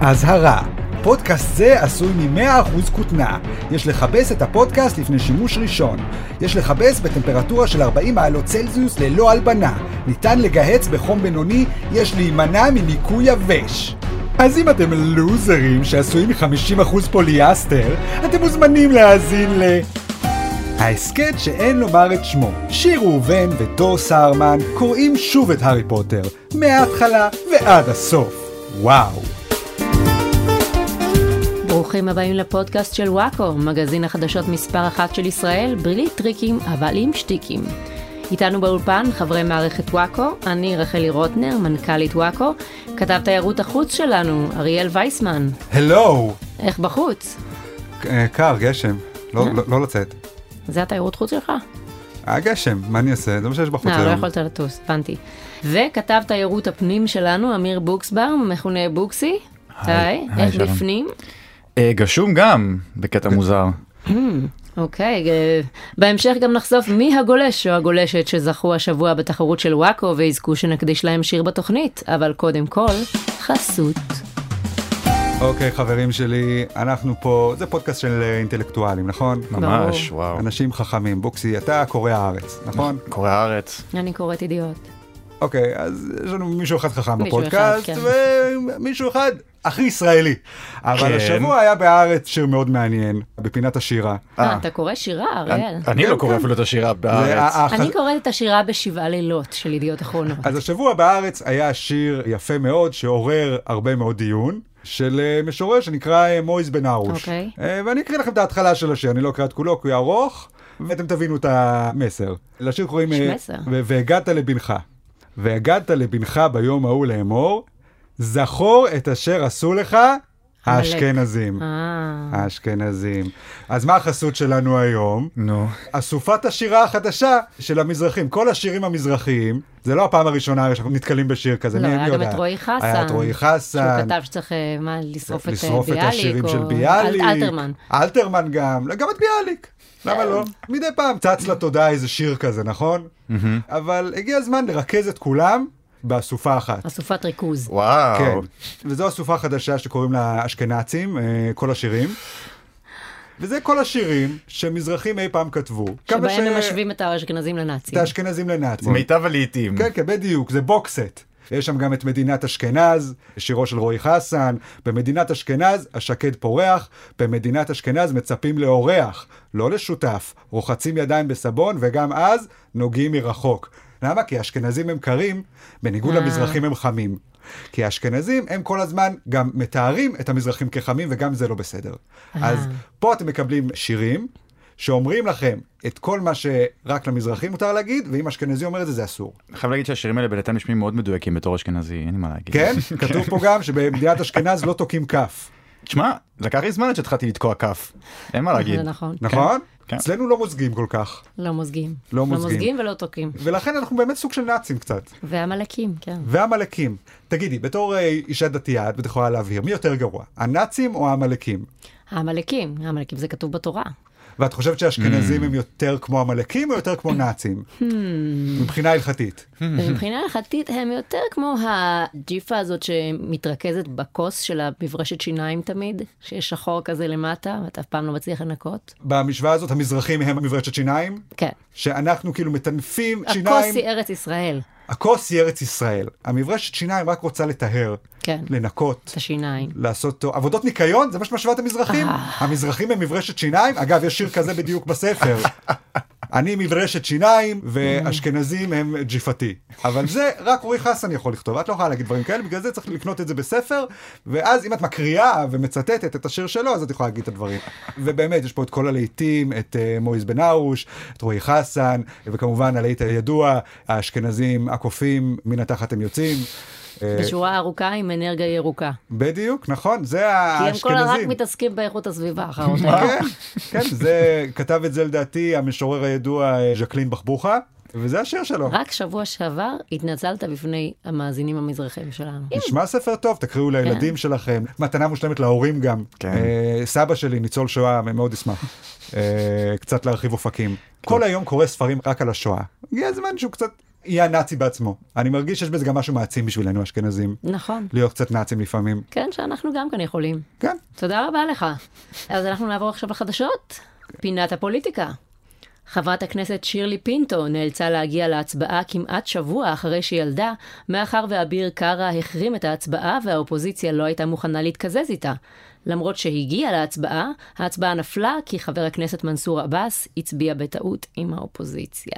אזהרה, פודקאסט זה עשוי מ-100% כותנה. יש לכבס את הפודקאסט לפני שימוש ראשון. יש לכבס בטמפרטורה של 40 מעלות צלזיוס ללא הלבנה. ניתן לגהץ בחום בינוני, יש להימנע מניקוי יבש. אז אם אתם לוזרים שעשויים מ-50% פוליאסטר, אתם מוזמנים להאזין ל... ההסכת שאין לומר את שמו. שיר ראובן ודור סהרמן קוראים שוב את הארי פוטר, מההתחלה ועד הסוף. וואו. ברוכים הבאים לפודקאסט של וואקו, מגזין החדשות מספר אחת של ישראל, בלי טריקים אבל עם שטיקים. איתנו באולפן חברי מערכת וואקו, אני רחלי רוטנר, מנכ"לית וואקו, כתב תיירות החוץ שלנו, אריאל וייסמן. הלו! איך בחוץ? אה, קר, גשם. לא, אה? לא, לא לצאת. זה התיירות חוץ שלך? היה גשם, מה אני אעשה? זה מה שיש בחוץ אה, לא היום. יכולת לטוס, הבנתי. וכתב תיירות הפנים שלנו, אמיר בוקסבאום, מכונה בוקסי. היי, היי, איך שלום. בפנים? אה, גשום גם בקטע מוזר. אוקיי, אה, בהמשך גם נחשוף מי הגולש או הגולשת שזכו השבוע בתחרות של וואקו ויזכו שנקדיש להם שיר בתוכנית, אבל קודם כל, חסות. אוקיי, חברים שלי, אנחנו פה, זה פודקאסט של אה, אינטלקטואלים, נכון? ממש, ברור. וואו. אנשים חכמים. בוקסי, אתה קורא הארץ, נכון? קורא הארץ. אני קוראת ידיעות. אוקיי, אז יש לנו מישהו אחד חכם מישהו בפודקאסט, אחד, כן. ומישהו אחד הכי ישראלי. אבל כן. השבוע היה בהארץ שיר מאוד מעניין, בפינת השירה. אה, אתה קורא שירה, אריאל? אני כן, לא קורא כן. אפילו את השירה זה בארץ. ה- הח- אני קוראת את השירה בשבעה לילות של ידיעות אחרונות. אז השבוע בארץ היה שיר יפה מאוד, שעורר הרבה מאוד דיון. של אה, משורר שנקרא אה, מויז בן ארוש. אוקיי. אה, ואני אקריא לכם את ההתחלה של השיר, אני לא אקרא את כולו, כי הוא ארוך, ואתם תבינו את המסר. לשיר קוראים... יש אה, מסר. ו- והגעת לבנך. והגעת לבנך ביום ההוא לאמור, זכור את אשר עשו לך האשכנזים. אה, האשכנזים. אז מה החסות שלנו היום? נו. אסופת השירה החדשה של המזרחים. כל השירים המזרחיים, זה לא הפעם הראשונה שאנחנו נתקלים בשיר כזה, לא, מי, היה מי גם יודע? את רועי חסן. היה את רועי חסן. שהוא כתב שצריך, אה, מה, לשרוף את אה, ביאליק? לשרוף את השירים או- של ביאליק. אל- אלתרמן. כן. אלתרמן גם, גם את ביאליק. למה לא? מדי פעם צץ לתודעה איזה שיר כזה, נכון? אבל הגיע הזמן לרכז את כולם באסופה אחת. אסופת ריכוז. כן. וואו. וזו אסופה חדשה שקוראים לה אשכנצים, אה, כל השירים. וזה כל השירים שמזרחים אי פעם כתבו. כמה שבהם הם ש- משווים את האשכנזים את לנאצים. האשכנזים לנאצים. מיטב הלעיתים. כן, כן, בדיוק, זה בוקסט. יש שם גם את מדינת אשכנז, שירו של רועי חסן. במדינת אשכנז השקד פורח, במדינת אשכנז מצפים לאורח, לא לשותף. רוחצים ידיים בסבון, וגם אז נוגעים מרחוק. למה? כי האשכנזים הם קרים, בניגוד אה. למזרחים הם חמים. כי האשכנזים הם כל הזמן גם מתארים את המזרחים כחמים, וגם זה לא בסדר. אז פה אתם מקבלים שירים. שאומרים לכם את כל מה שרק למזרחים מותר להגיד, ואם אשכנזי אומר את זה, זה אסור. אני חייב להגיד שהשירים האלה בינתיים נשמעים מאוד מדויקים בתור אשכנזי, אין לי מה להגיד. כן? כתוב פה גם שבמדינת אשכנז לא תוקעים כף, תשמע, לקח לי זמן עד שהתחלתי לתקוע כף. אין מה להגיד. זה נכון. נכון? כן. אצלנו לא מוזגים כל כך, לא מוזגים. לא מוזגים. לא מוזגים ולא תוקעים. ולכן אנחנו באמת סוג של נאצים קצת, ועמלקים, כן. ועמלקים. תגידי, בתור אה, אישה דתייה, את בטח יכולה להבהיר, מי יותר גרוע, הנאצים או העמלקים? העמלקים, העמלקים זה כתוב בתורה. ואת חושבת Hmm. שהאשכנזים הם יותר כמו עמלקים או יותר כמו נאצים? מבחינה הלכתית. ומבחינה הלכתית הם יותר כמו הג'יפה הזאת שמתרכזת בכוס של המברשת שיניים תמיד, שיש שחור כזה למטה, ואתה אף פעם לא מצליח לנקות. במשוואה הזאת המזרחים הם מברשת שיניים, כן. שאנחנו כאילו מטנפים הכוס שיניים. היא ארץ ישראל. הכוס היא ארץ ישראל. המברשת שיניים רק רוצה לטהר, כן. לנקות. את השיניים. לעשות טוב. עבודות ניקיון, זה מה שמשווה את המזרחים. אה. המזרחים הם מברשת שיניים. אגב, יש שיר כזה בדיוק בספר. אני מברשת שיניים, ואשכנזים הם ג'יפתי. אבל זה רק רועי חסן יכול לכתוב, את לא יכולה להגיד דברים כאלה, בגלל זה צריך לקנות את זה בספר, ואז אם את מקריאה ומצטטת את השיר שלו, אז את יכולה להגיד את הדברים. ובאמת, יש פה את כל הלהיטים, את אה, מויז בן ארוש, את רועי חסן, וכמובן הלהיט הידוע, האשכנזים, הקופים, מן התחת הם יוצאים. אה, בשורה ארוכה עם אנרגיה ירוקה. בדיוק, נכון, זה כי הם כל הרק האשכנזים. מתעסקים באיכות הסביבה אחרות. כן, כן, זה, כתב את זה לדעתי המשורר הידוע אה, ז'קלין בחבוכה, וזה השיר שלו. רק שבוע שעבר התנצלת בפני המאזינים המזרחים שלנו. נשמע ספר טוב, תקריאו כן. לילדים שלכם, מתנה מושלמת להורים גם. כן. אה, סבא שלי, ניצול שואה, מאוד ישמח. אה, קצת להרחיב אופקים. כל היום קורא ספרים רק על השואה. הגיע הזמן שהוא קצת יהיה הנאצי בעצמו. אני מרגיש שיש בזה גם משהו מעצים בשבילנו, האשכנזים. נכון. להיות קצת נאצים לפעמים. כן, שאנחנו גם כאן יכולים. כן. תודה רבה לך. אז אנחנו נעבור עכשיו לחדשות. פינת הפוליטיקה. חברת הכנסת שירלי פינטו נאלצה להגיע להצבעה כמעט שבוע אחרי שילדה, מאחר ואביר קארה החרים את ההצבעה והאופוזיציה לא הייתה מוכנה להתקזז איתה. למרות שהגיעה להצבעה, ההצבעה נפלה כי חבר הכנסת מנסור עבאס הצביע בטעות עם האופוזיציה.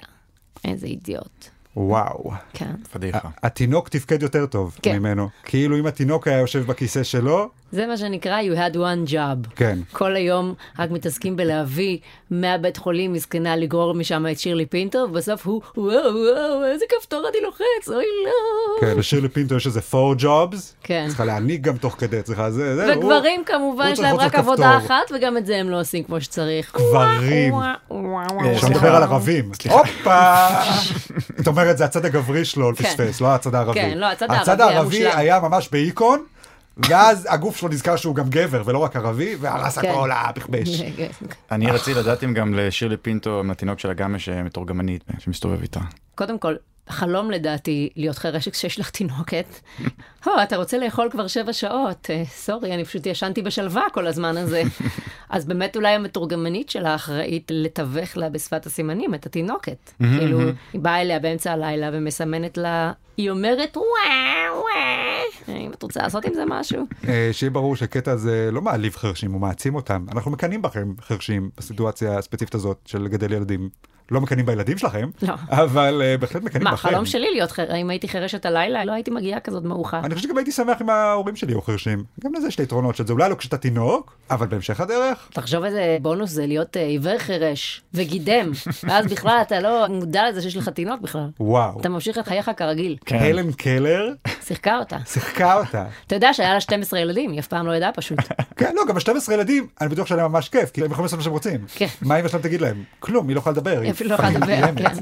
איזה אידיוט. וואו. כן. פדיחה. התינוק תפקד יותר טוב כן. ממנו. כאילו אם התינוק היה יושב בכיסא שלו, זה מה שנקרא you had one job. כן. כל היום רק מתעסקים בלהביא מהבית חולים מסכנה לגרור משם את שירלי פינטו, ובסוף הוא, וואו, וואו, איזה כפתור אני לוחץ, אוי לא. כן, לשירלי פינטו יש איזה four jobs. כן. צריכה להעניק גם תוך כדי, צריכה זה, זה. הוא- וגברים כמובן הוא יש צריך להם ללחוץ רק על עבודה כפתור. אחת, וגם את זה הם לא עושים כמו שצריך. גברים. וואו, וואו, וואו, אה, עכשיו וואו. נדבר על ערבים. הופה! זאת אומרת, זה הצד הגברי שלו, הוא כן. פספס, לא הצד הערבי. כן, לא, הצד הערבי הצד היה הערבי מושלם. היה ממש בהיכון, ואז הגוף שלו נזכר שהוא גם גבר ולא רק ערבי, והרס כן. הכל, אה, פכבש. אני רציתי לדעת אם גם לשירלי פינטו, עם התינוק שלה, גם יש אה, מתורגמנית אה, שמסתובב איתה. קודם כל, חלום לדעתי להיות חירשת כשיש לך תינוקת. הו, אתה רוצה לאכול כבר שבע שעות. אה, סורי, אני פשוט ישנתי בשלווה כל הזמן הזה. אז באמת אולי המתורגמנית שלה אחראית לתווך לה בשפת הסימנים את התינוקת. כאילו, היא באה אליה באמצע הלילה ומסמנת לה, היא אומרת, וואו, וואו, אם את רוצה לעשות עם זה משהו. אה, שיהיה ברור שהקטע הזה לא מעליב חרשים, הוא מעצים אותם. אנחנו מקנאים בכם, חרשים, בסיטואציה הספציפית הזאת של לגדל ילדים. לא מקנאים בילדים שלכם, לא. אבל אה, בהחלט מקנאים מה, בכם. חלום שלי להיות חרשת, אם הייתי חירשת הלילה, לא הייתי מגיעה כזאת מעוכה. אני חושב שגם הייתי שמח אם ההורים שלי היו חרשים. גם לזה יש את היתרונות של זה. אולי לא כשאתה תינוק, אבל בהמשך הדרך. תחשוב איזה בונוס זה להיות אה, עיוור חירש וגידם, ואז בכלל אתה לא מודע לזה שיש לך תינוק בכלל. וואו. אתה ממשיך את חייך כרגיל, הלן קלר שיחקה אותה. שיחקה אותה. אתה יודע שהיה לה 12 ילדים, היא אף פעם לא ידעה פשוט. כן, לא, גם ה-12 ילדים, אני בטוח שהיה להם ממש כיף, כי הם יכולים לעשות מה שהם רוצים. כן. מה אמא שלהם תגיד להם? כלום, היא לא יכולה לדבר. היא אפילו לא יכולה לדבר, כן.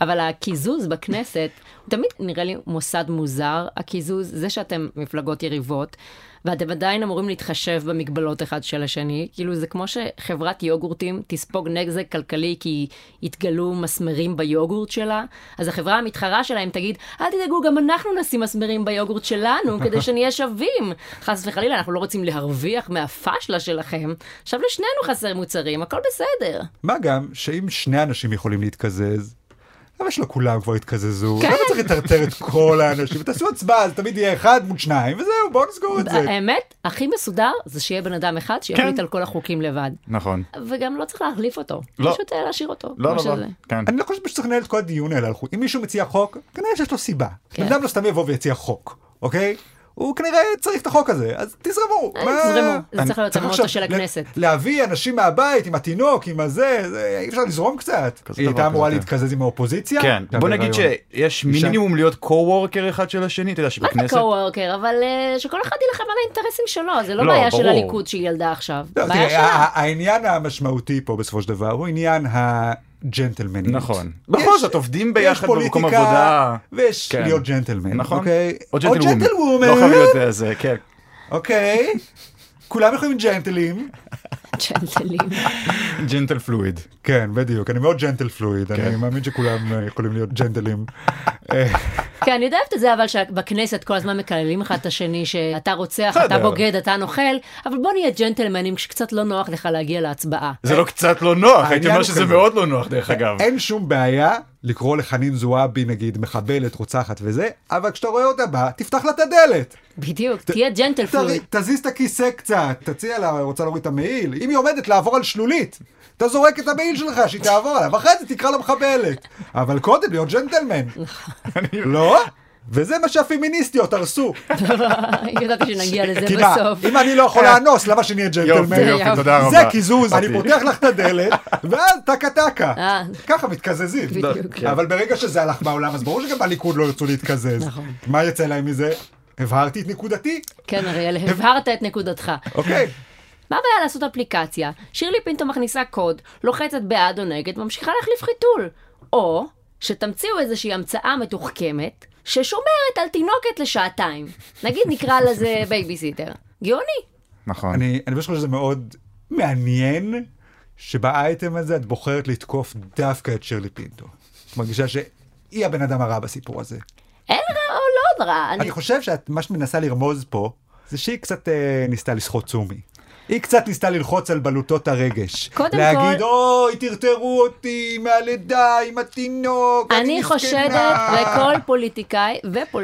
אבל הקיזוז בכנסת, הוא תמיד נראה לי מוסד מוזר, הקיזוז, זה שאתם מפלגות יריבות, ואתם עדיין אמורים להתחשב במגבלות אחד של השני, כאילו זה כמו שחברת יוגורטים תספוג נזק כלכלי כי יתגלו מסמרים ביוגורט שלה, אז החברה המתחרה שלהם תגיד, אל תדאגו, גם אנחנו נשים מסמרים ביוגורט שלנו, כדי שנהיה שווים. חס וחלילה, אנחנו לא רוצים להרוויח מהפשלה שלכם, עכשיו לשנינו חסר מוצרים, הכל בסדר. מה גם, שאם שני אנשים יכולים להתקזז, למה שלא כולם כבר יתקזזו? כן. למה צריך לטרטר את כל האנשים? תעשו הצבעה, זה תמיד יהיה אחד מול שניים, וזהו, בואו נסגור את אה, זה. האמת, הכי מסודר זה שיהיה בן אדם אחד שיחליט כן. על כל החוקים לבד. נכון. וגם לא צריך להחליף אותו, לא. פשוט אה, להשאיר אותו. לא, כמו לא, לא. שזה. כן. אני לא חושב שצריך לנהל את כל הדיון האלה על חוק. אם מישהו מציע חוק, כנראה שיש לו סיבה. כן. בן אדם לא סתם יבוא ויציע חוק, אוקיי? הוא כנראה צריך את החוק הזה, אז תזרמו. אה, מה- תזרמו. זה אני- צריך להיות המוטו עכשיו של ל- הכנסת. להביא אנשים מהבית עם התינוק, עם הזה, זה- אי אפשר לזרום קצת. כזה היא דבר הייתה אמורה כזה, כן. להתקזז עם האופוזיציה? כן, אתה בוא נגיד בהיריון. שיש מינימום להיות co-worker אחד של השני, אתה יודע מה זה שבכנסת... co-worker, אבל אה, שכל אחד ילחם על האינטרסים שלו, זה לא לא, בעיה של ברור. הליכוד שהיא ילדה עכשיו. לא, בעיה תראה, שלה. ה- העניין המשמעותי פה בסופו של דבר הוא עניין הג'נטלמניות. נכון. יש- בכל זאת, עובדים ביחד יש במקום פוליטיקה, עבודה. ויש כן. להיות ג'נטלמן. נכון? אוקיי? או ג'נטל ג'נטלוומן. לא חייב להיות אה, זה, כן. אוקיי, כולם יכולים ג'נטלים. אה, ג'נטלים. ג'נטל פלואיד. כן, בדיוק, אני מאוד ג'נטל פלואיד, אני מאמין שכולם אה, יכולים להיות ג'נטלים. אה, כן, אני יודעת את זה, אבל שבכנסת כל הזמן מקללים אחד את השני, שאתה רוצח, אתה בסדר. בוגד, אתה נוכל, אבל בוא נהיה ג'נטלמנים כשקצת לא נוח לך להגיע להצבעה. זה לא קצת לא נוח, הייתי אה, העניין אומר הוא שזה כזה. אה, מאוד לא נוח דרך אגב. אין שום בעיה לקרוא לחנין זועבי נגיד מחבלת, רוצחת וזה, אבל כשאתה רואה אותה באה, תפתח לה את הדלת. בדיוק, תהיה ג'נטל פלואיד. ת- תזיז את הכיסא קצת, תציע לה, רוצה להוריד את המעיל. אם היא עומדת לעבור על שלולית, אתה זורק את המעיל שלך שהיא תעבור עליו, אחרי זה תקרא לה מחבלת. אבל קודם להיות ג'נטלמן. לא? וזה מה שהפמיניסטיות הרסו. ידעתי שנגיע לזה כי מה, בסוף. אם אני לא יכול אה. לאנוס, למה שנהיה ג'נטלמן? יופי, יופי, תודה רבה. אוקיי. זה קיזוז, אני אותי. פותח לך את הדלת, ואז טקה טקה. אה. ככה מתקזזים. בדיוק. כן. אבל ברגע שזה הלך בעולם, אז ברור שגם בליכוד לא ירצו להתקזז. נכון. מה יצא להם מזה? הבהרתי את נקודתי? כן, אריאל, הבהרת את נקודתך. אוקיי. מה הבעיה לעשות אפליקציה? שירלי פינטו מכניסה קוד, לוחצת בעד או נגד, ממשיכה להחליף חיתול. או שתמציאו איזושהי המצאה מתוחכמת ששומרת על תינוקת לשעתיים. נגיד נקרא לזה בייביסיטר. גאוני. נכון. אני אני חושב שזה מאוד מעניין שבאייטם הזה את בוחרת לתקוף דווקא את שירלי פינטו. את מרגישה שהיא היא הבן אדם הרע בסיפור הזה. אין רע או לא רע. אני חושב שמה שאת מנסה לרמוז פה, זה שהיא קצת אה, ניסתה לסחוט סומי. היא קצת ניסתה ללחוץ על בלוטות הרגש. קודם להגיד, כל- אוי, טרטרו אותי מהלידה עם התינוק, אני, אני מסכנה." חושדת לכל פוליטיקאי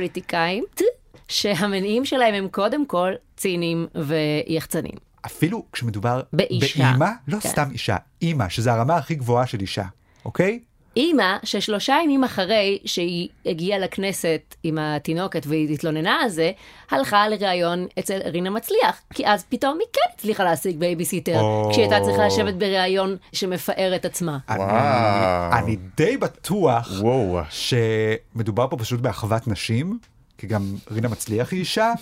ופוליטיקאית שהמניעים שלהם הם קודם כל ציניים ויחצנים. אפילו כשמדובר באישה. באימא, לא כן. סתם אישה, אימא, שזה הרמה הכי גבוהה של אישה, אוקיי? אימא, ששלושה ימים אחרי שהיא הגיעה לכנסת עם התינוקת והיא התלוננה על זה, הלכה לראיון אצל רינה מצליח, כי אז פתאום היא כן הצליחה להשיג בייביסיטר, או. כשהיא הייתה צריכה לשבת בראיון שמפאר את עצמה. וואו. אני, אני די בטוח וואו. שמדובר פה פשוט באחוות נשים, כי גם רינה מצליח היא אישה,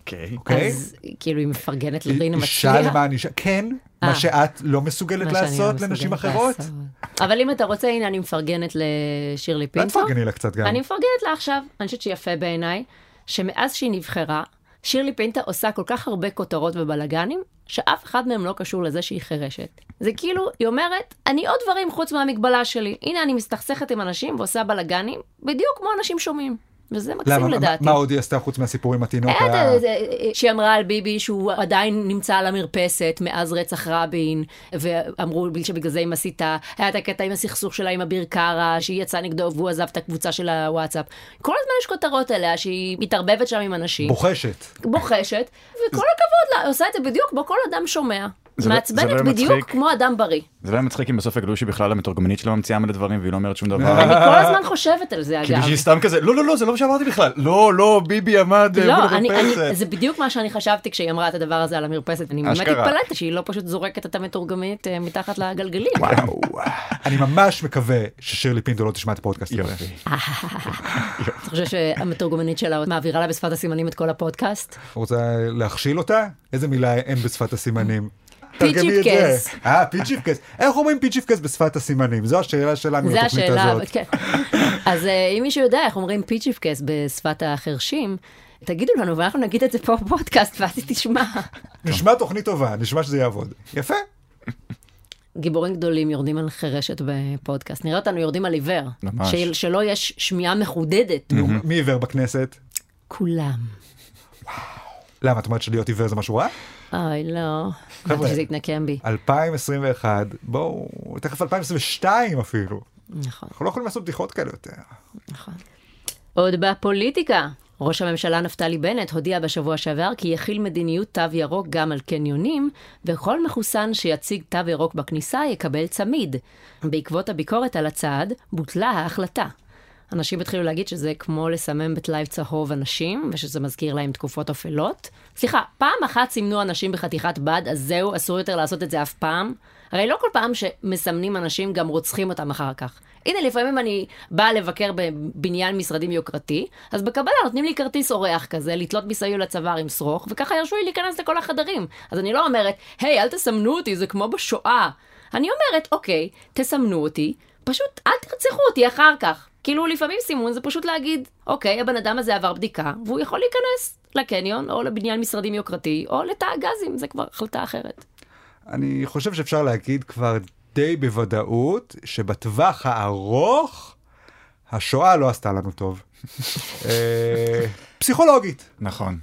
אוקיי. אוקיי? אז כאילו היא מפרגנת לרינה מצליח. אישה למען אישה, כן, אה. מה שאת לא מה מסוגלת שאני לא לעשות מסוגלת לנשים אחרות. לעשות. אבל אם אתה רוצה, הנה אני מפרגנת לשירלי אולי פינטו. תפרגני לה קצת גם. אני מפרגנת לה עכשיו, אני חושבת שיפה בעיניי, שמאז שהיא נבחרה, שירלי פינטה עושה כל כך הרבה כותרות ובלאגנים, שאף אחד מהם לא קשור לזה שהיא חירשת. זה כאילו, היא אומרת, אני עוד דברים חוץ מהמגבלה שלי. הנה, אני מסתכסכת עם אנשים ועושה בלאגנים, בדיוק כמו אנשים שומעים. וזה מקסים למה? מה- לדעתי. מה עוד היא עשתה חוץ מהסיפור עם התינוק? אה, ה- אה, אה, שהיא אמרה על ביבי שהוא עדיין נמצא על המרפסת מאז רצח רבין, ואמרו שבגלל זה היא מסיתה. היה את הקטע עם הסכסוך שלה עם אביר קארה, שהיא יצאה נגדו והוא עזב את הקבוצה של הוואטסאפ. כל הזמן יש כותרות עליה שהיא מתערבבת שם עם אנשים, בוחשת. אה, בוחשת, וכל הכבוד לה, עושה את זה בדיוק כמו כל אדם שומע. זה לא- זה מעצבנת לא בדיוק מצחיק. כמו אדם בריא. זה לא היה מצחיק אם בסוף יגלו שבכלל המתורגמנית שלו ממציאה מלא דברים והיא לא אומרת שום דבר. אה, אני כל הזמן חושבת על זה, כי אגב. בשביל סתם כזה, לא, לא, לא, זה לא מה שאמרתי בכלל. לא, לא, ביבי עמד אה, לא, מול אני, אני, המרפסת. זה בדיוק מה שאני חשבתי כשהיא אמרה את הדבר הזה על המרפסת. אני באמת אשכרה. התפלאת שהיא לא פשוט זורקת את המתורגמנית אה, מתחת לגלגלים. אני ממש מקווה ששירלי פינטו לא תשמע את הפודקאסט הזה. יופי. אתה חושב שהמתורגמנית שלה מעבירה לה בשפת הסימנים את כל הפודקאסט? רוצה להכשיל אותה? איזה מילה אין בשפת הסימנים? פיצ'יפקס. תרגמי את זה. אה, פיצ'יפקס. איך אומרים פיצ'יפקס בשפת הסימנים? זו השאלה שלנו זה בתוכנית השאלה, הזאת. כן. אז אה, אם מישהו יודע איך אומרים פיצ'יפקס בשפת החרשים, תגידו לנו ואנחנו נגיד את זה פה בפודקאסט ואז היא תשמע. כן. נשמע תוכנית טובה, נשמע שזה יעבוד. יפה. גיבורים גדולים יורדים על חירשת בפודקאסט. נראה אותנו יורדים על עיוור. ממש. של- שלא יש שמיעה מחודדת. נו, מי עיוור בכנסת? כולם. למה, את אומרת שלהיות עיוור זה משהו רע? אוי, לא. חבר'ה. חשבתי שזה יתנקם בי. 2021, בואו, תכף 2022 אפילו. נכון. אנחנו לא יכולים לעשות בדיחות כאלה יותר. נכון. עוד בפוליטיקה. ראש הממשלה נפתלי בנט הודיע בשבוע שעבר כי יכיל מדיניות תו ירוק גם על קניונים, וכל מחוסן שיציג תו ירוק בכניסה יקבל צמיד. בעקבות הביקורת על הצעד, בוטלה ההחלטה. אנשים התחילו להגיד שזה כמו לסמם בטלאי צהוב אנשים, ושזה מזכיר להם תקופות אפלות. סליחה, פעם אחת סימנו אנשים בחתיכת בד, אז זהו, אסור יותר לעשות את זה אף פעם. הרי לא כל פעם שמסמנים אנשים גם רוצחים אותם אחר כך. הנה, לפעמים אני באה לבקר בבניין משרדים יוקרתי, אז בקבלה נותנים לי כרטיס אורח כזה, לתלות מסביב לצוואר עם שרוך, וככה ירשו לי להיכנס לכל החדרים. אז אני לא אומרת, היי, אל תסמנו אותי, זה כמו בשואה. אני אומרת, אוקיי, תסמנו אותי, פשוט אל תרצחו אותי אחר כך. כאילו, לפעמים סימון זה פשוט להגיד, אוקיי, הבן אדם הזה עבר בדיקה, והוא יכול להיכנס לקניון, או לבניין משרדים יוקרתי, או לתא הגזים, זה כבר החלטה אחרת. אני חושב שאפשר להגיד כבר די בוודאות שבטווח הארוך, השואה לא עשתה לנו טוב. אה, פסיכולוגית, נכון.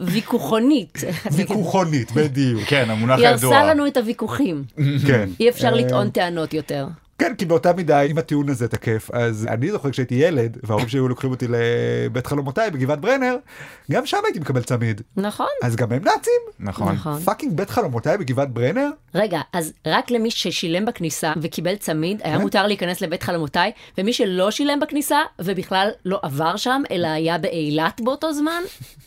וויכוחונית. ויכוחונית, בדיוק. כן, המונח היא הידוע. הרסה לנו את הוויכוחים. כן. אי אפשר אה, לטעון טענות יותר. כן, כי באותה מידה, אם הטיעון הזה תקף, אז אני זוכר כשהייתי ילד, וההורים שלי היו לוקחים אותי לבית חלומותיי בגבעת ברנר, גם שם הייתי מקבל צמיד. נכון. אז גם הם נאצים? נכון. נכון. פאקינג בית חלומותיי בגבעת ברנר? רגע, אז רק למי ששילם בכניסה וקיבל צמיד, אה? היה מותר להיכנס לבית חלומותיי, ומי שלא שילם בכניסה ובכלל לא עבר שם, אלא היה באילת באותו זמן,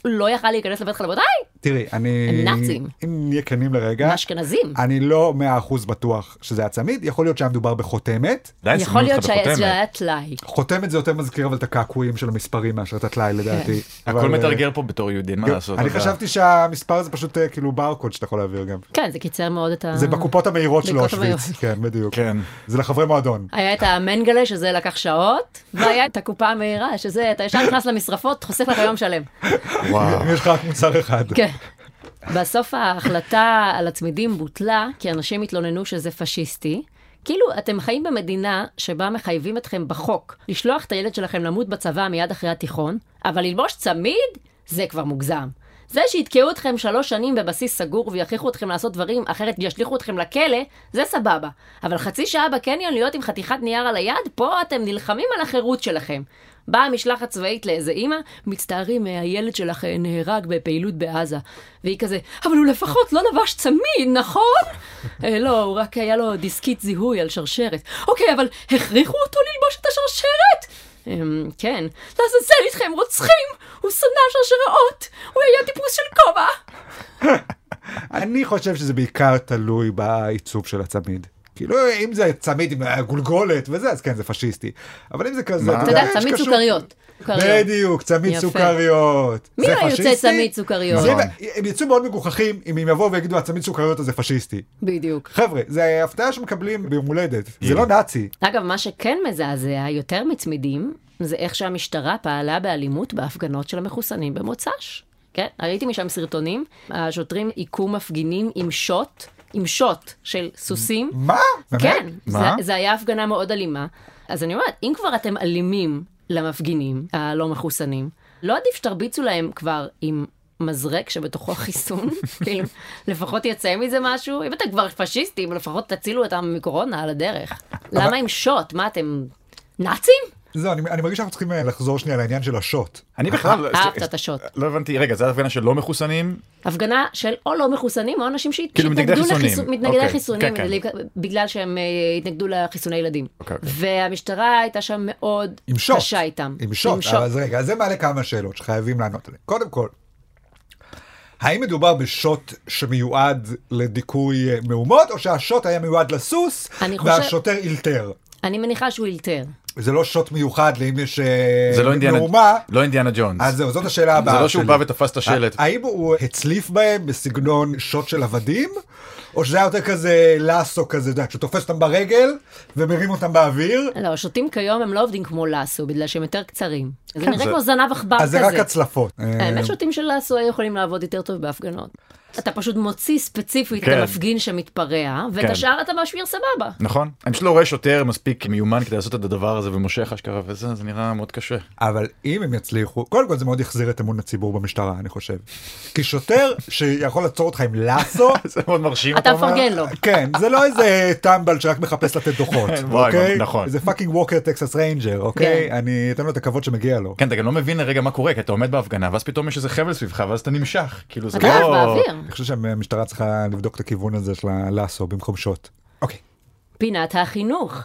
לא יכל להיכנס לבית חלומותיי? תראי, אני... הם נאצים. אם נהיה כנים הם לרגע, אשכנזים. אני לא מאה אחוז בטוח שזה היה צמיד, יכול להיות שהיה מדובר בחותמת. עדיין יכול סימנו להיות אותך שהיה בחותמת. שהיה טלאי. חותמת זה יותר מזכיר אבל את הקעקועים של המספרים מאשר את כן. הטלאי לדעתי. אבל, הכל אה, מתרגר פה בתור יהודי, מה לעשות? אני אתה- חשבתי שהמספר הזה פשוט אה, כאילו ברקוד שאתה יכול להעביר גם. כן, זה קיצר מאוד את ה... זה בקופות המהירות של בקופות אושוויץ. המהירות. כן, בדיוק. כן. זה לחברי מועדון. היה את המנגלה, שזה לקח שעות, והיה את הקופה המהירה, שזה, אתה ישר נכנס למשרפות, חוסך לך יום שלם. וואו. אם יש לך רק מוצר אחד. כן. בסוף ההחלטה על הצמידים בוטלה, כי אנשים התלוננו שזה פשיסטי, כאילו, אתם חיים במדינה שבה מחייבים אתכם בחוק לשלוח את הילד שלכם למות בצבא מיד אחרי התיכון, אבל ללבוש צמיד? זה כבר מוגזם. זה שיתקעו אתכם שלוש שנים בבסיס סגור ויכריחו אתכם לעשות דברים, אחרת ישליכו אתכם לכלא, זה סבבה. אבל חצי שעה בקניון להיות עם חתיכת נייר על היד, פה אתם נלחמים על החירות שלכם. באה משלחת צבאית לאיזה אימא, מצטערים, אה, הילד שלך אה, נהרג בפעילות בעזה. והיא כזה, אבל הוא לפחות לא לבש צמיד, נכון? אה, לא, הוא רק היה לו דיסקית זיהוי על שרשרת. אוקיי, אבל הכריחו אותו ללבוש את השרשרת? אמ, כן. לעזאזל איתכם רוצחים! הוא שנא שרשראות! הוא היה טיפוס של כובע! אני חושב שזה בעיקר תלוי בעיצוב של הצמיד. כאילו, אם זה צמיד עם הגולגולת וזה, אז כן, זה פשיסטי. אבל אם זה כזה... אתה אתה יודע, יש צמיד קשור- סוכריות. סוכריות. בדיוק, צמיד יפה. סוכריות. מי זה לא ירצה פשיסטי? צמיד סוכריות? זה- נכון. הם יצאו מאוד מגוחכים אם הם יבואו ויגידו, הצמיד סוכריות הזה פשיסטי. בדיוק. חבר'ה, זה הפתעה שמקבלים ביום הולדת, זה לא נאצי. אגב, מה שכן מזעזע יותר מצמידים, זה איך שהמשטרה פעלה באלימות בהפגנות של המחוסנים במוצ"ש. כן, ראיתי משם סרטונים, השוטרים היכו מפגינים עם שוט, עם שוט של סוסים. מה? באמת? כן, זה, מה? זה היה הפגנה מאוד אלימה. אז אני אומרת, אם כבר אתם אלימים למפגינים הלא מחוסנים, לא עדיף שתרביצו להם כבר עם מזרק שבתוכו חיסון? כאילו, לפחות יצא מזה משהו? אם אתם כבר פשיסטים, לפחות תצילו אותם מקורונה על הדרך. למה עם שוט? מה, אתם נאצים? זהו, אני אני מרגיש שאנחנו צריכים אה, לחזור שנייה לעניין של השוט. אני בכלל... אהבת את השוט. לא הבנתי, רגע, זו הפגנה של לא מחוסנים? הפגנה של או לא מחוסנים או אנשים שהת- כאילו מתנגדי שהתנגדו חיסונים. לחיסון- מתנגדי אוקיי, חיסונים, כן, כן. בגלל שהם אה, התנגדו לחיסוני ילדים. אוקיי, אוקיי. והמשטרה הייתה שם מאוד עם שוט. קשה איתם. עם שוט. אז רגע, אז זה מעלה כמה שאלות שחייבים לענות עליהן. קודם כל, האם מדובר בשוט שמיועד לדיכוי אה, מהומות, או שהשוט היה מיועד לסוס, אני חושב- והשוטר אילתר? אני מניחה שהוא אילתר. זה לא שוט מיוחד לאם יש אה, זה לא אינדיאנה- מהומה. לא אינדיאנה ג'ונס. אז זהו, זאת השאלה הבאה. זה לא שהוא שלי. בא ותפס את השלט. האם הוא הצליף בהם בסגנון שוט של עבדים, או שזה היה יותר כזה לאסו כזה, אתה יודע, שהוא תופס אותם ברגל ומרים אותם באוויר? לא, השוטים כיום הם לא עובדים כמו לאסו, בגלל שהם יותר קצרים. זה נראה כן, זה- כן. כמו זנב עכבר כזה. אז זה רק הצלפות. אה, האמת שוטים של לאסו היו יכולים לעבוד יותר טוב בהפגנות. אתה פשוט מוציא ספציפית את כן. המפגין שמתפרע, ואת כן. השאר אתה משאיר סבבה. נכון? אני פשוט לא רואה שוטר מספיק מיומן כדי לעשות את הדבר הזה ומושך אשכרה וזה, זה נראה מאוד קשה. אבל אם הם יצליחו, קודם כל זה מאוד יחזיר את אמון הציבור במשטרה, אני חושב. כי שוטר שיכול לעצור אותך עם לאסו, זה מאוד מרשים. אתה אומר? מפרגן לו. כן, זה לא איזה טמבל שרק מחפש לתת דוחות, וואי, אוקיי? נכון. זה פאקינג ווקר טקסס ריינג'ר, אוקיי? כן. אני אתן לו את הכבוד שמגיע לו. כן, אתה גם לא מבין לרגע מה קורה, כי אתה עומד בהפגנה, ואז פתאום יש איזה חבל סביבך, ואז אתה נמשך. כאילו, זה אתה לא... עף באוויר. אני חושב שהמשטרה צריכה לבדוק את הכיוון הזה של הלאסו במקום שוט. אוקיי. פינת החינוך.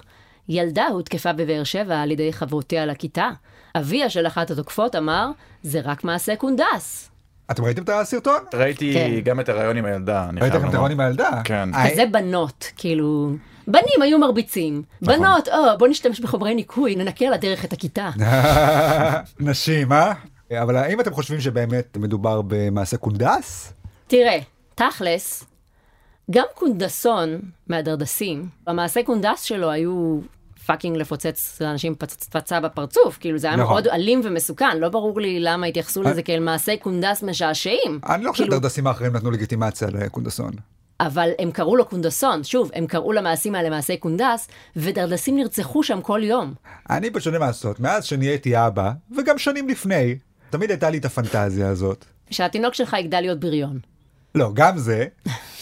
ילדה הותקפה בבאר שבע על ידי חברותיה לכיתה. אביה של אחת התוקפות אמר, זה רק מעשה קונדס. אתם ראיתם את הסרטון? ראיתי כן. גם את הרעיון עם הילדה, אני ראית חייב גם את הרעיון עם הילדה? כן. אה, כזה בנות, כאילו... בנים היו מרביצים. נכון. בנות, או, בוא נשתמש בחומרי ניקוי, ננקה על הדרך את הכיתה. אה? נשים, אה? אבל האם אתם חושבים שבאמת מדובר במעשה קונדס? תראה, תכלס, גם קונדסון מהדרדסים, במעשה קונדס שלו היו פאקינג לפוצץ לאנשים פצ- פצצה בפרצוף, כאילו זה היה נכון. אה? מאוד אלים ומסוכן, לא ברור לי למה התייחסו לזה כאל מעשי קונדס משעשעים. אני לא חושב כאילו- שהדרדסים האחרים נתנו לגיטימציה לקונדסון. אבל הם קראו לו קונדסון, שוב, הם קראו למעשים האלה מעשי קונדס, ודרדסים נרצחו שם כל יום. אני בשונה מהסוד, מאז שנהייתי אבא, וגם שנים לפני, תמיד הייתה לי את הפנטזיה הזאת. שהתינוק שלך יגדל להיות בריון. לא, גם זה,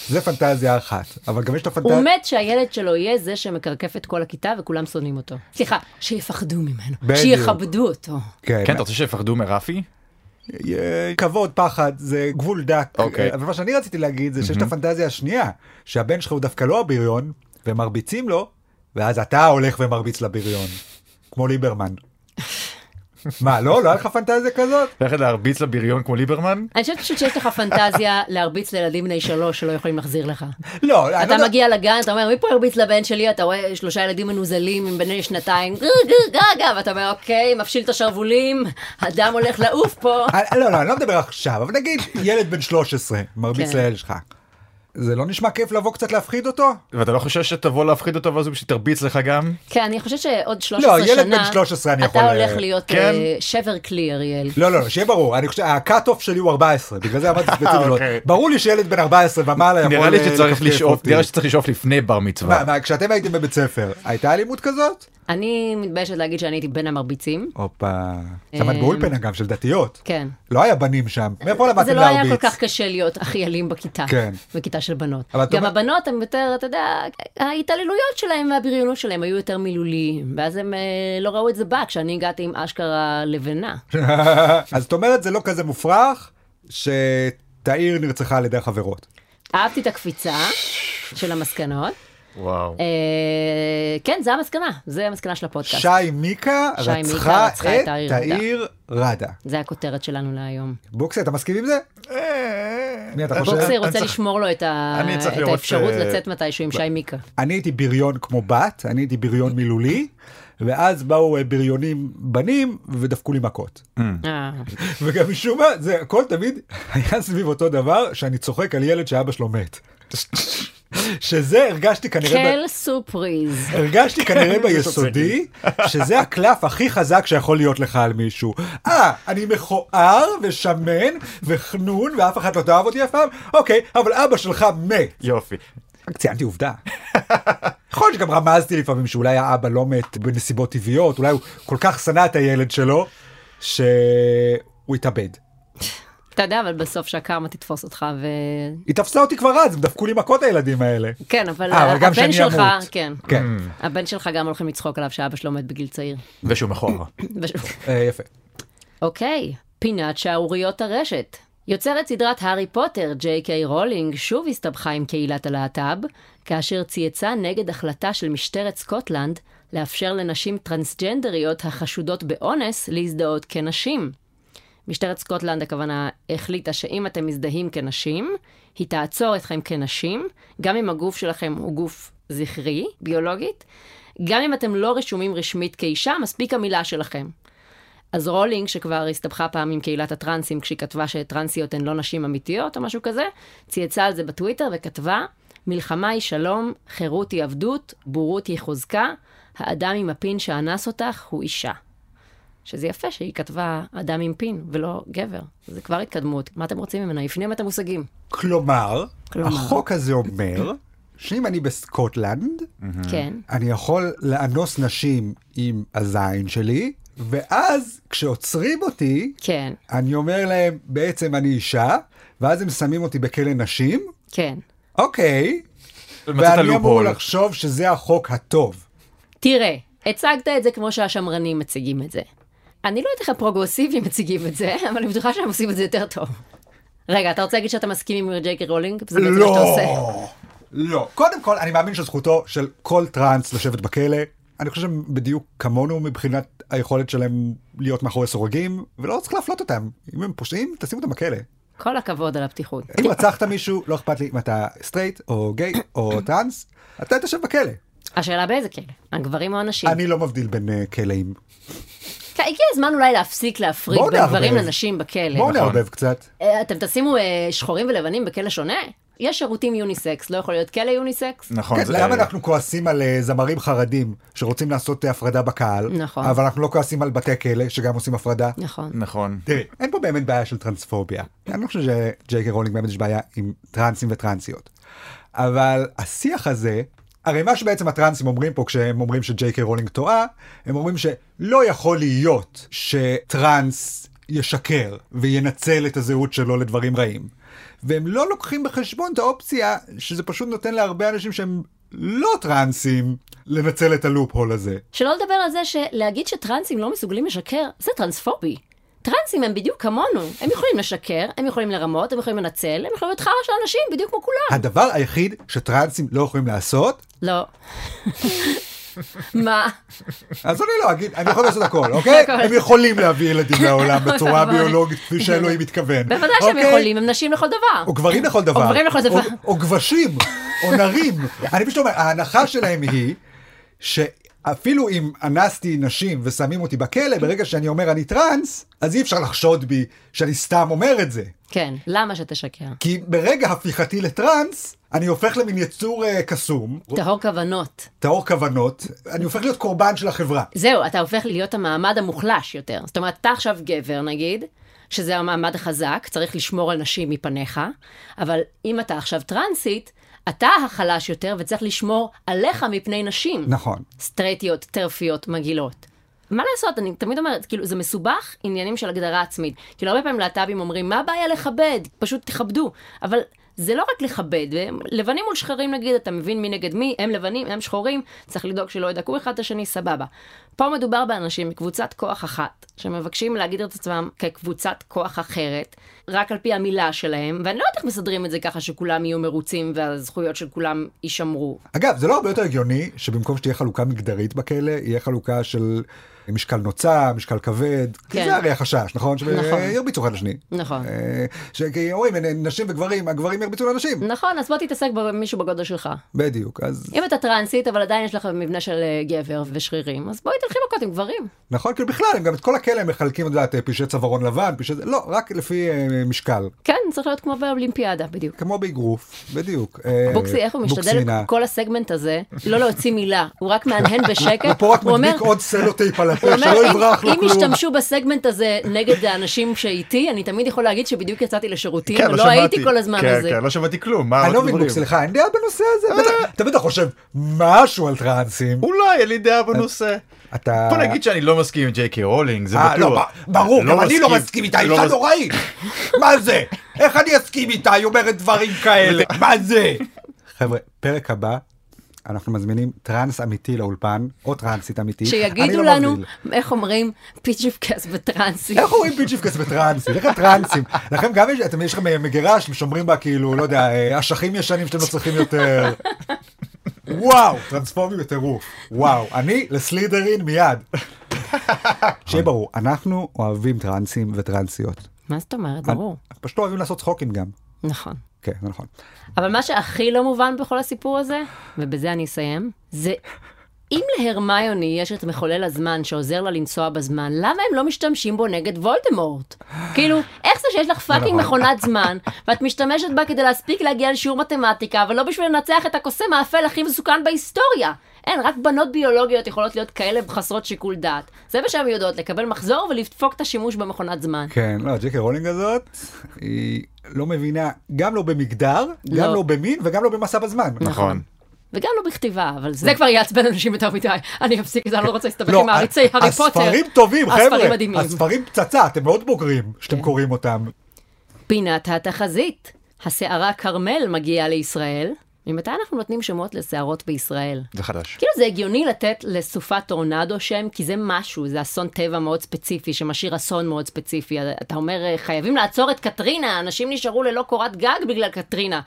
זה פנטזיה אחת, אבל גם יש את הוא הפנטזיה... מת שהילד שלו יהיה זה שמקרקף את כל הכיתה וכולם שונאים אותו. סליחה, שיפחדו ממנו, בדיוק. שיכבדו אותו. כן, אתה רוצה שיפחדו מרפי? אה, כבוד, פחד, זה גבול דק. אוקיי. אה, אבל מה שאני רציתי להגיד זה שיש את הפנטזיה השנייה, שהבן שלך הוא דווקא לא הבריון, ומרביצים לו, ואז אתה הולך ומרביץ לבריון. כמו ליברמן. מה, לא? לא היה לך פנטזיה כזאת? ללכת להרביץ לבריון כמו ליברמן? אני חושבת פשוט שיש לך פנטזיה להרביץ לילדים בני שלוש שלא יכולים להחזיר לך. לא, אני אתה לא יודע- מגיע לגן, אתה אומר, מי פה הרביץ לבן שלי? אתה רואה שלושה ילדים מנוזלים עם בני שנתיים, גר גר גר גר, ואתה אומר, אוקיי, מפשיל את השרוולים, הדם הולך לעוף פה. אה, אני- לא, לא, אני לא מדבר עכשיו, אבל נגיד ילד בן 13 מרביץ כן. לילד שלך. זה לא נשמע כיף לבוא קצת להפחיד אותו? ואתה לא חושש שתבוא להפחיד אותו ואז הוא פשוט ירביץ לך גם? כן, אני חושבת שעוד 13 לא, שנה... ילד בן 13 אני יכול, אתה אה, הולך להיות כן? אה, שבר כלי, אריאל. לא, לא, שיהיה ברור, אני חושב, הקאט אוף שלי הוא 14, בגלל זה אמרתי ספציפית לא. אוקיי. ברור לי שילד בן 14 ומעלה יכול... נראה לי אה, שצריך לקפקף לשאוף, אותי. נראה לי שצריך לשאוף לפני בר מצווה. מה, מה, כשאתם הייתם בבית ספר, הייתה אלימות כזאת? אני מתביישת להגיד שאני הייתי בין המרביצים. הופה. אה, למד באולפן אגב, של דתיות. כן. לא היה בנים שם. מאיפה למדתם להרביץ? זה לא היה כל כך קשה להיות הכי אלים בכיתה, כן. בכיתה של בנות. אבל את גם אומרת- הבנות הן יותר, אתה יודע, ההתעללויות שלהם והבריונות שלהם היו יותר מילוליים, ואז הם אה, לא ראו את זה בא כשאני הגעתי עם אשכרה לבנה. אז זאת אומרת, זה לא כזה מופרך שתאיר נרצחה על ידי חברות. אהבתי את הקפיצה של המסקנות. וואו. אה, כן, זה המסקנה, זה המסקנה של הפודקאסט. שי מיקה שי מיקה רצחה רצחה את את תאיר תאיר ראדה. זה הכותרת שלנו להיום. בוקסי, אתה מסכים עם זה? אה. אה, מי אתה חושב? בוקסי אני רוצה צריך- לשמור לו את ה- אני צריך את לראות, האפשרות אה, לצאת מתישהו עם שי מיקה. אני הייתי בריון כמו בת, אני הייתי בריון מילולי, ואז באו אה, בריונים בנים ודפקו לי מכות. אה, וגם משום מה, זה הכל תמיד היה סביב אותו דבר, שאני צוחק על ילד שאבא שלו מת. שזה הרגשתי כנראה... ב- קל סופריז. הרגשתי כנראה ביסודי שזה הקלף הכי חזק שיכול להיות לך על מישהו. אה, אני מכוער ושמן וחנון ואף אחד לא תאהב אותי אף פעם? אוקיי, אבל אבא שלך מת. יופי. רק ציינתי עובדה. יכול להיות שגם רמזתי לפעמים שאולי האבא לא מת בנסיבות טבעיות, אולי הוא כל כך שנא את הילד שלו, שהוא התאבד. אתה יודע, אבל בסוף שהקרמה תתפוס אותך ו... היא תפסה אותי כבר אז, הם דפקו לי מכות הילדים האלה. כן, אבל אה, אבל גם הבן שאני שלך, אמות. כן. כן, הבן שלך גם הולכים לצחוק עליו שאבא שלו מת בגיל צעיר. ושהוא מכוער. אה, יפה. אוקיי, פינת שערוריות הרשת. יוצרת סדרת הארי פוטר, ג'יי קיי רולינג, שוב הסתבכה עם קהילת הלהט"ב, כאשר צייצה נגד החלטה של משטרת סקוטלנד לאפשר לנשים טרנסג'נדריות החשודות באונס להזדהות כנשים. משטרת סקוטלנד, הכוונה, החליטה שאם אתם מזדהים כנשים, היא תעצור אתכם כנשים, גם אם הגוף שלכם הוא גוף זכרי, ביולוגית, גם אם אתם לא רשומים רשמית כאישה, מספיק המילה שלכם. אז רולינג, שכבר הסתבכה פעם עם קהילת הטרנסים, כשהיא כתבה שטרנסיות הן לא נשים אמיתיות או משהו כזה, צייצה על זה בטוויטר וכתבה, מלחמה היא שלום, חירות היא עבדות, בורות היא חוזקה, האדם עם הפין שאנס אותך הוא אישה. שזה יפה שהיא כתבה אדם עם פין ולא גבר. זה כבר התקדמות. מה אתם רוצים ממנה? הפנים את המושגים. כלומר, כלומר. החוק הזה אומר שאם אני בסקוטלנד, כן. אני יכול לאנוס נשים עם הזין שלי, ואז כשעוצרים אותי, כן, אני אומר להם, בעצם אני אישה, ואז הם שמים אותי בכלא נשים, כן. אוקיי, מצאת ואני אמור לופול. לחשוב שזה החוק הטוב. תראה, הצגת את זה כמו שהשמרנים מציגים את זה. אני לא יודעת איך הפרוגרסיבים מציגים את זה, אבל אני בטוחה שהם עושים את זה יותר טוב. רגע, אתה רוצה להגיד שאתה מסכים עם ג'ייקי רולינג? זה בעצם מה שאתה לא, עושה. לא. קודם כל, אני מאמין שזכותו של כל טראנס לשבת בכלא. אני חושב שהם בדיוק כמונו מבחינת היכולת שלהם להיות מאחורי סורגים, ולא צריך להפלות אותם. אם הם פושעים, תשים אותם בכלא. כל הכבוד על הפתיחות. אם רצחת מישהו, לא אכפת לי אם אתה סטרייט, או גיי, או טראנס, אתה תשב בכלא. השאלה באיזה כלא? הגברים או הנשים? אני לא מבדיל בין אה, כלאים. כן, הגיע הזמן אולי להפסיק להפריד בואו בין נערבב. גברים לנשים בכלא. נכון. בואו נערבב קצת. אה, אתם תשימו אה, שחורים ולבנים בכלא שונה? יש שירותים יוניסקס, לא יכול להיות כלא יוניסקס? נכון. כן, זה- למה אנחנו כועסים על אה, זמרים חרדים שרוצים לעשות אה, הפרדה בקהל, נכון. אבל אנחנו לא כועסים על בתי כלא שגם עושים הפרדה? נכון. נכון. תראי, אין פה באמת בעיה של טרנספוביה. אני לא חושב שג'ייקי רולינג באמת יש בעיה עם טרנסים וטרנסיות. אבל השיח הזה, הרי מה שבעצם הטרנסים אומרים פה כשהם אומרים שג'ייקי רולינג טועה, הם אומרים שלא יכול להיות שטרנס ישקר וינצל את הזהות שלו לדברים רעים. והם לא לוקחים בחשבון את האופציה שזה פשוט נותן להרבה אנשים שהם לא טרנסים לנצל את הלופ הול הזה. שלא לדבר על זה שלהגיד שטרנסים לא מסוגלים לשקר, זה טרנספובי. טרנסים הם בדיוק כמונו, הם יכולים לשקר, הם יכולים לרמות, הם יכולים לנצל, הם יכולים להיות חרא של אנשים, בדיוק כמו כולם. הדבר היחיד שטרנסים לא יכולים לעשות לא. מה? אז אני לא אגיד, אני יכול לעשות הכל, אוקיי? הכל. כן, הם יכולים להביא ילדים לעולם בצורה אבל- ביולוגית כפי שאלוהים מתכוון. בוודאי שהם אוקיי? יכולים, הם נשים לכל דבר. או גברים לכל דבר. או גברים לכל דבר. או- או גבשים, או נרים. אני פשוט אומר, ההנחה שלהם היא שאפילו אם אנסתי נשים ושמים אותי בכלא, ברגע שאני אומר אני טראנס, אז אי אפשר לחשוד בי שאני סתם אומר את זה. כן, למה שתשקר? כי ברגע הפיכתי לטראנס, אני הופך למין יצור אה, קסום, טהור כוונות. טהור כוונות, אני הופך להיות קורבן של החברה. זהו, אתה הופך להיות המעמד המוחלש יותר. זאת אומרת, אתה עכשיו גבר, נגיד, שזה המעמד החזק, צריך לשמור על נשים מפניך, אבל אם אתה עכשיו טרנסית, אתה החלש יותר וצריך לשמור עליך מפני נשים. נכון. סטרייטיות, טרפיות, מגעילות. מה לעשות, אני תמיד אומרת, כאילו, זה מסובך עניינים של הגדרה עצמית. כאילו, הרבה פעמים להט"בים אומרים, מה הבעיה לכבד? פשוט תכבדו. אבל זה לא רק לכבד, לבנים מול שחרים נגיד, אתה מבין מי נגד מי, הם לבנים, הם שחורים, צריך לדאוג שלא ידכאו אחד את השני, סבבה. פה מדובר באנשים מקבוצת כוח אחת, שמבקשים להגדיר את עצמם כקבוצת כוח אחרת, רק על פי המילה שלהם, ואני לא יודעת איך מסדרים את זה ככה שכולם יהיו מרוצים והזכויות של כולם יישמרו. אגב, זה לא הרבה יותר הגיוני שבמקום שתהיה חלוקה מגדרית בכלא, יהיה חלוקה של משקל נוצה, משקל כבד, כי כן. זה הרי החשש, נכון? נכון. שירביצו אחד לשני. נכון. אה, ש- כי אומרים, נשים וגברים, הגברים ירביצו לאנשים. נכון, אז בוא תתעסק במישהו בגודל שלך. בדיוק, אז אם אתה טרנסית, אבל עדיין יש לך מבנה של אה, גבר ושרירים, אז בואי תלכי מכות עם גברים. נכון, כאילו בכלל, הם גם את כל הכלא הם מחלקים, את יודעת, פשעי צווארון לבן, פשעי זה, לא, רק לפי אה, משקל. כן, צריך להיות כמו באולימפיאדה, בדיוק. כמו באגרוף, בדיוק. אה, בוקסי, איך הוא משתדל בוקסינה. כל הסגמנט הזה, לא להוציא מילה, הוא רק מהנהן בשקט. הוא פה רק הוא אומר- מדביק עוד סלוטייפ על הוא הפה, אומר, שלא יברח "אם- לו אם כלום. ישתמשו בסגמנט הזה נגד האנשים שאיתי, אני תמיד יכול להגיד שבדיוק יצאתי לשירותים, כן, לא ולא הייתי כל הזמן כן, הזה. כן, לא שמעתי כלום, מה אני עוד לא מבין מדברים? בוקסי, לך אין דעה בנושא הזה? אה. בטח, אתה בטח חושב משהו על טרנסים. אולי, אין לי דעה בנושא. אתה... בוא נגיד שאני לא מסכים עם ג'יי קיי רולינג, זה אה, לא, בטוח. ב- ברור, גם אני לא מסכים, מסכים איתה, לא אישה מס- נוראית. מה זה? איך אני אסכים איתה? היא אומרת דברים כאלה. מה זה? חבר'ה, פרק הבא. אנחנו מזמינים טראנס אמיתי לאולפן, או טראנסית אמיתית. אני שיגידו לא לנו, מבדיל. איך אומרים, פיצ'יפקס וטרנסי. איך אומרים פיצ'יפקס וטראנסים? איך הטראנסים? לכם גם יש, אתם יש לכם אה, מגירה שאתם שומרים בה כאילו, לא יודע, אה, אשכים ישנים שאתם לא צריכים יותר. וואו, טרנספורמים בטירוף. וואו, אני לסלידרין מיד. שיהיה ברור, אנחנו אוהבים טראנסים וטרנסיות. מה זאת אומרת? ברור. פשוט אוהבים לעשות צחוקים גם. נכון. כן, זה נכון. אבל מה שהכי לא מובן בכל הסיפור הזה, ובזה אני אסיים, זה אם להרמיוני יש את מחולל הזמן שעוזר לה לנסוע בזמן, למה הם לא משתמשים בו נגד וולדמורט? כאילו, איך זה שיש לך פאקינג מכונת זמן, ואת משתמשת בה כדי להספיק להגיע לשיעור מתמטיקה, אבל לא בשביל לנצח את הקוסם האפל הכי מסוכן בהיסטוריה? אין, רק בנות ביולוגיות יכולות להיות כאלה חסרות שיקול דעת. זה מה שהן יודעות, לקבל מחזור ולדפוק את השימוש במכונת זמן. כן, לא, ג'קי רולינג הזאת, היא לא מבינה, גם לא במגדר, גם לא. לא במין וגם לא במסע בזמן. נכון. וגם לא בכתיבה, אבל זה כבר יעצבן אנשים יותר מדי. אני אפסיק את זה, אני לא רוצה להסתבך עם מעריצי ה- הארי פוטר. הספרים טובים, חבר'ה. הספרים מדהימים. כן. הספרים פצצה, אתם מאוד בוגרים שאתם קוראים אותם. פינת התחזית. הסערה כרמל מגיעה לישראל. ממתי אנחנו נותנים שמות לסערות בישראל? זה חדש. כאילו זה הגיוני לתת לסופת טורנדו שם, כי זה משהו, זה אסון טבע מאוד ספציפי, שמשאיר אסון מאוד ספציפי. אתה אומר, "אה, חייבים לעצור את קטרינה, אנשים נשארו ללא קורת גג בגלל קטרינה.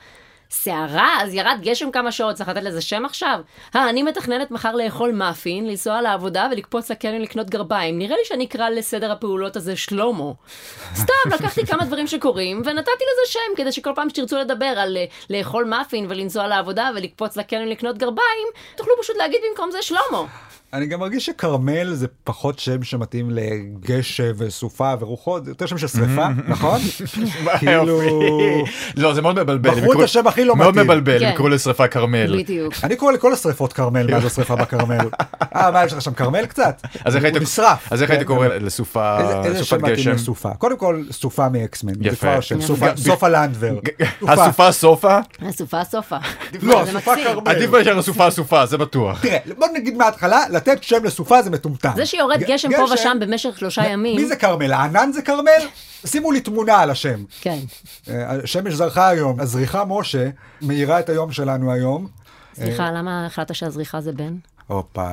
סערה, אז ירד גשם כמה שעות, צריך לתת לזה שם עכשיו? אה, אני מתכננת מחר לאכול מאפין, לנסוע לעבודה ולקפוץ לקניון לקנות גרביים. נראה לי שאני אקרא לסדר הפעולות הזה שלומו. סתם, לקחתי כמה דברים שקורים, ונתתי לזה שם, כדי שכל פעם שתרצו לדבר על אה, לאכול מאפין ולנסוע לעבודה ולקפוץ לקניון לקנות גרביים, תוכלו פשוט להגיד במקום זה שלומו. אני גם מרגיש שכרמל זה פחות שם שמתאים לגשם וסופה ורוחות, זה יותר שם של שריפה, נכון? כאילו... לא, זה מאוד מבלבל. בחרו הם יקראו- את השם הכי לא מאוד מתאים. מבלבל, כן. הם יקראו לשרפה כרמל. בדיוק. אני קורא לכל השריפות כרמל, מה זה שריפה בכרמל? אה, מה יש לך שם כרמל קצת? אז איך הוא היית- נשרף. אז איך היית כן. קורא לסופה, איזה- איזה שם סופת מתאים גשם? לסופה? קודם כל, סופה מאקסמן. זה יפה. כבר השם, יפה. סופה- ג- סופה לנדבר. סופה. הסופה סופה? כן. הסופה סופה. לא, זה הסופה מקסים. כרמל. עדיף מאשר הסופה סופה, זה בטוח. תראה, בוא נגיד מההתחלה, לתת שם לסופה זה מטומטם. זה שיורד ג- גשם פה ושם במשך שלושה ימים. מי זה כרמל? הענן זה כרמל? שימו לי תמונה על השם. כן. אה, השמש זרחה היום, הזריחה משה מאירה את היום שלנו היום. סליחה, למה החלטת שהזריחה זה בן? אה. הופה.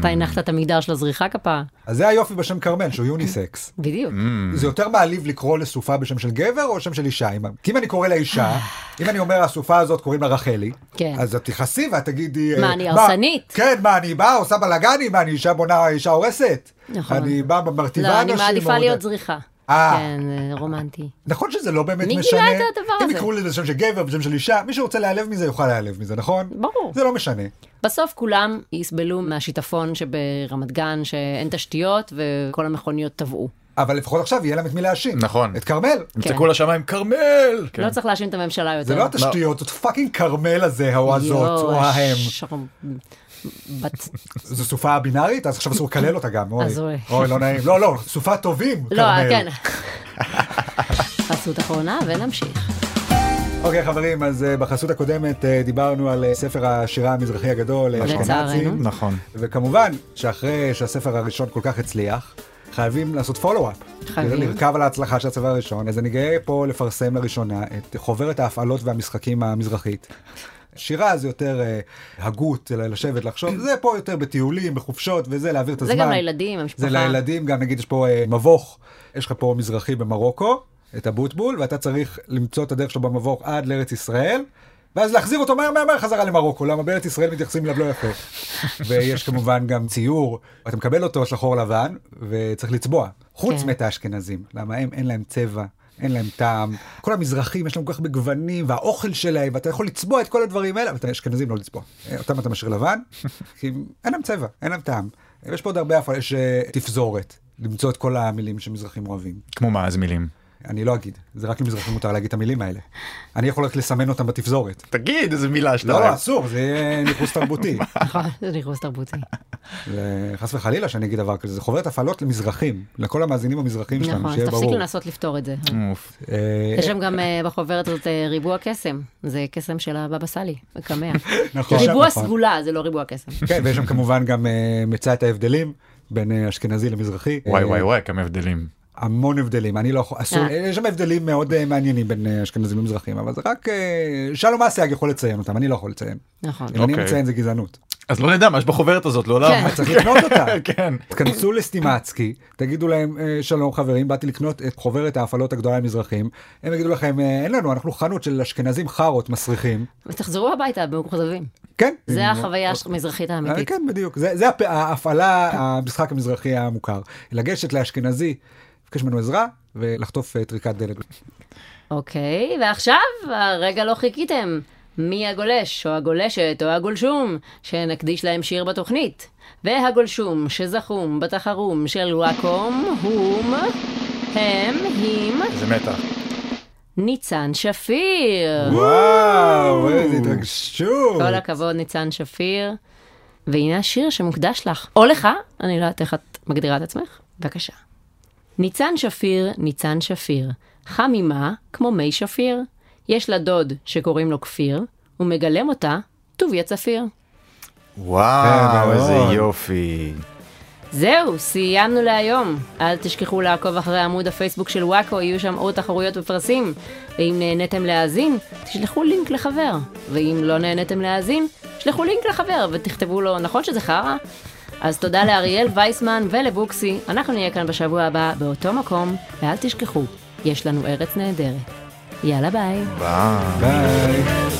אתה הנחת את המגדר של הזריחה כפרה? אז זה היופי בשם כרמל, שהוא יוניסקס. בדיוק. זה יותר מעליב לקרוא לסופה בשם של גבר או שם של אישה? אם- כי אם אני קורא לאישה, אם אני אומר הסופה הזאת קוראים לה רחלי, כן. אז את תכעסי ואת תגידי... מה, אה, אני הרסנית? כן, מה, אני באה, עושה בלאגנים, מה, אני אישה בונה, אישה הורסת? נכון. אני באה, מרטיבה לא, אנשים. אני מעדיפה מאוד- להיות זריחה. אה. כן, זה רומנטי. נכון שזה לא באמת מי משנה. גילה את הדבר אם הזה? יקראו לזה שם של גבר ושם של אישה, מי שרוצה להיעלב מזה יוכל להיעלב מזה, נכון? ברור. זה לא משנה. בסוף כולם יסבלו מהשיטפון שברמת גן, שאין תשתיות וכל המכוניות טבעו. אבל לפחות עכשיו יהיה להם את מי להאשים. נכון. את כרמל. כן. יצעקו לשמיים, כרמל! כן. לא צריך להאשים את הממשלה יותר. זה לא התשתיות, זאת פאקינג כרמל הזה, או הזאת, יואו, או ההם. הש- בת- זו סופה הבינארית, אז עכשיו אסור לקלל אותה גם, אוי. אז אוי. אוי, לא נעים. לא, לא, סופה טובים, לא, כרמל. כן. חסות אחרונה ונמשיך. אוקיי, חברים, אז אה, בחסות הקודמת אה, דיברנו על אה, ספר השירה המזרחי הגדול, אה, לצערנו. אשכנזים. נכון. וכמובן, שאחרי שהספר הראשון כל כך הצליח, חייבים לעשות פולו-אפ. חייבים. כדי לרכב על ההצלחה של הספר הראשון. אז אני גאה פה לפרסם לראשונה את חוברת ההפעלות והמשחקים המזרחית. שירה זה יותר אה, הגות, ל- לשבת, לחשוב, זה פה יותר בטיולים, בחופשות וזה, להעביר את זה הזמן. גם לילדים, המשפחה. זה לילדים, גם נגיד יש פה אה, מבוך, יש לך פה מזרחי במרוקו, את הבוטבול, ואתה צריך למצוא את הדרך שלו במבוך עד לארץ ישראל. ואז להחזיר אותו מהר מהר מהר חזרה למרוקו, למה בארץ ישראל מתייחסים אליו לא יפה. ויש כמובן גם ציור, אתה מקבל אותו שחור לבן, וצריך לצבוע. חוץ כן. מאת האשכנזים, למה הם, אין להם צבע, אין להם טעם. כל המזרחים, יש להם כל כך בגוונים, והאוכל שלהם, ואתה יכול לצבוע את כל הדברים האלה, אבל את האשכנזים לא לצבוע. אה, אותם אתה משאיר לבן, כי אין להם צבע, אין להם טעם. יש פה עוד הרבה הפעלה, יש אה, תפזורת, למצוא את כל המילים שמזרחים אוהבים. כמו מה, אז מילים. אני לא אגיד, זה רק למזרחים מותר להגיד את המילים האלה. אני יכול רק לסמן אותם בתפזורת. תגיד איזה מילה שאתה לא, לא, אוהב. אסור, זה יהיה ניחוס תרבותי. נכון, זה ניחוס תרבותי. וחס וחלילה שאני אגיד דבר כזה, זה חוברת הפעלות למזרחים, לכל המאזינים המזרחים שלנו, נכון, אז שיהיה ברור. תפסיק לנסות לפתור את זה. אוף. אה, יש שם גם אה, בחוברת הזאת אה, ריבוע קסם, זה קסם של הבבא סאלי, הקמע. נכון. ריבוע נכון. סגולה, זה לא ריבוע קסם. כן, ויש שם כמובן גם אה, מצא את ההבדלים בין אה, אשכנזי למזרחי. וואי אה, וואי וואי, כמה הבדלים. המון הבדלים, אני לא יכול, אסור, אה. יש שם הבדלים מאוד אה, מעניינים בין אה, אשכנזים למזרחים, אבל זה רק אה, שלום אסיאג יכול לציין אותם, אני לא יכול לציין. נכון. אם אני אוקיי. מציין זה גזענות. אז לא נדע מה יש בחוברת הזאת, לעולם. כן. צריך לקנות אותה. כן. תכנסו לסטימצקי, תגידו להם, "אה, שלום חברים, באתי לקנות את חוברת ההפעלות הגדולה למזרחים. הם יגידו לכם, "אה, אין לנו, אנחנו חנות של אשכנזים חארות מסריחים. ותחזרו הביתה מאוכזבים. כן. זה עם- החוויה המזרחית אה, האמיתית. כן. כן, בדיוק. זה, זה הפ... ההפעלה, המשחק המזרחי המוכר. לגשת לאשכנזי, לבקש ממנו עזרה, ולחטוף אה, טריקת דלת. אוקיי, ועכשיו, הרגע לא חיכיתם. מי הגולש, או הגולשת, או הגולשום, שנקדיש להם שיר בתוכנית. והגולשום שזכום בתחרום של וואקום, הום, הם, הם, איזה מתח. ניצן שפיר. וואו, איזה התרגשות. כל הכבוד, ניצן שפיר. והנה השיר שמוקדש לך, או לך, אני לא יודעת איך את מגדירה את עצמך. בבקשה. ניצן שפיר, ניצן שפיר, חמימה כמו מי שפיר. יש לה דוד שקוראים לו כפיר, ומגלם אותה טוביה צפיר. וואו, כן, מאוד. איזה יופי. זהו, סיימנו להיום. אל תשכחו לעקוב אחרי עמוד הפייסבוק של וואקו, יהיו שם עוד תחרויות ופרסים. ואם נהניתם להאזין, תשלחו לינק לחבר. ואם לא נהניתם להאזין, שלחו לינק לחבר ותכתבו לו, נכון שזה חרא? אז תודה לאריאל וייסמן ולבוקסי, אנחנו נהיה כאן בשבוע הבא באותו מקום, ואל תשכחו, יש לנו ארץ נהדרת. יאללה ביי. וואו. ביי.